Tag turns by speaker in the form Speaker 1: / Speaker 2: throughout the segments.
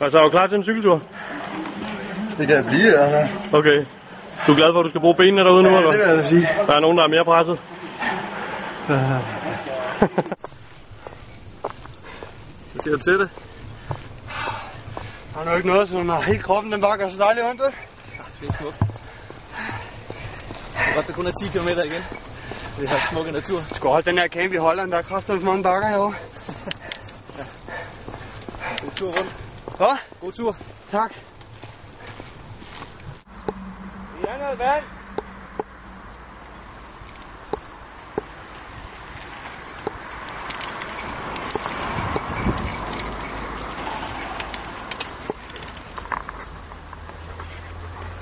Speaker 1: Altså, er du klar til en cykeltur?
Speaker 2: Det kan jeg blive, altså.
Speaker 1: Okay. Du er glad for, at du skal bruge benene derude nu, eller?
Speaker 2: det vil jeg da sige.
Speaker 1: Der er nogen, der er mere presset. Hvad siger du til det?
Speaker 2: Der er nok ikke noget, som når hele kroppen den bare gør så dejligt ondt. ikke?
Speaker 3: Det er smukt. Godt, der kun er 10 km igen. Vi har smukke natur.
Speaker 2: Skal holde den her camp i Holland, der er kraftigt mange bakker herovre.
Speaker 3: God tur rundt.
Speaker 2: Hva?
Speaker 3: God tur.
Speaker 2: Tak.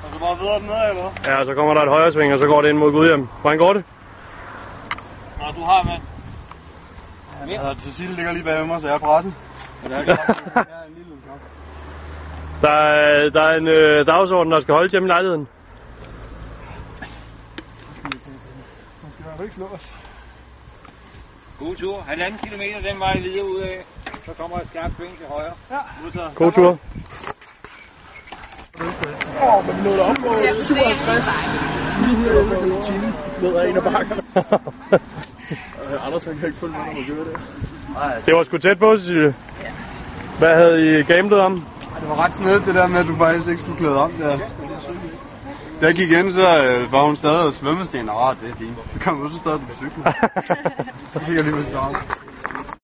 Speaker 2: Og så bare videre dernede, eller?
Speaker 1: Ja, så kommer der et højre sving, og så går det ind mod Gudhjem. Hvordan går det?
Speaker 3: Nå, du har mand.
Speaker 2: Ja, altså, Cecilie ligger lige bag mig, så jeg er presset. Jeg er en lille kamp.
Speaker 1: der, er, der er en øh, dagsorden, der skal holde hjemme i lejligheden.
Speaker 2: Skal du ikke slå os?
Speaker 3: God tur. Halvanden kilometer den vej videre ud af. Så kommer et skarpt sving til højre.
Speaker 2: Ja. Modtaget.
Speaker 1: God tur.
Speaker 4: Jeg synes, det er
Speaker 1: det var sgu tæt på, Cecilie. Hvad havde I gamblet om?
Speaker 2: Det var ret snedigt det der med, at du faktisk ikke skulle klæde om der. Da jeg gik ind, så øh, var hun stadig og svømmesten. Åh, det er fint. Så kom hun så stadig på cyklen. så fik jeg lige med start.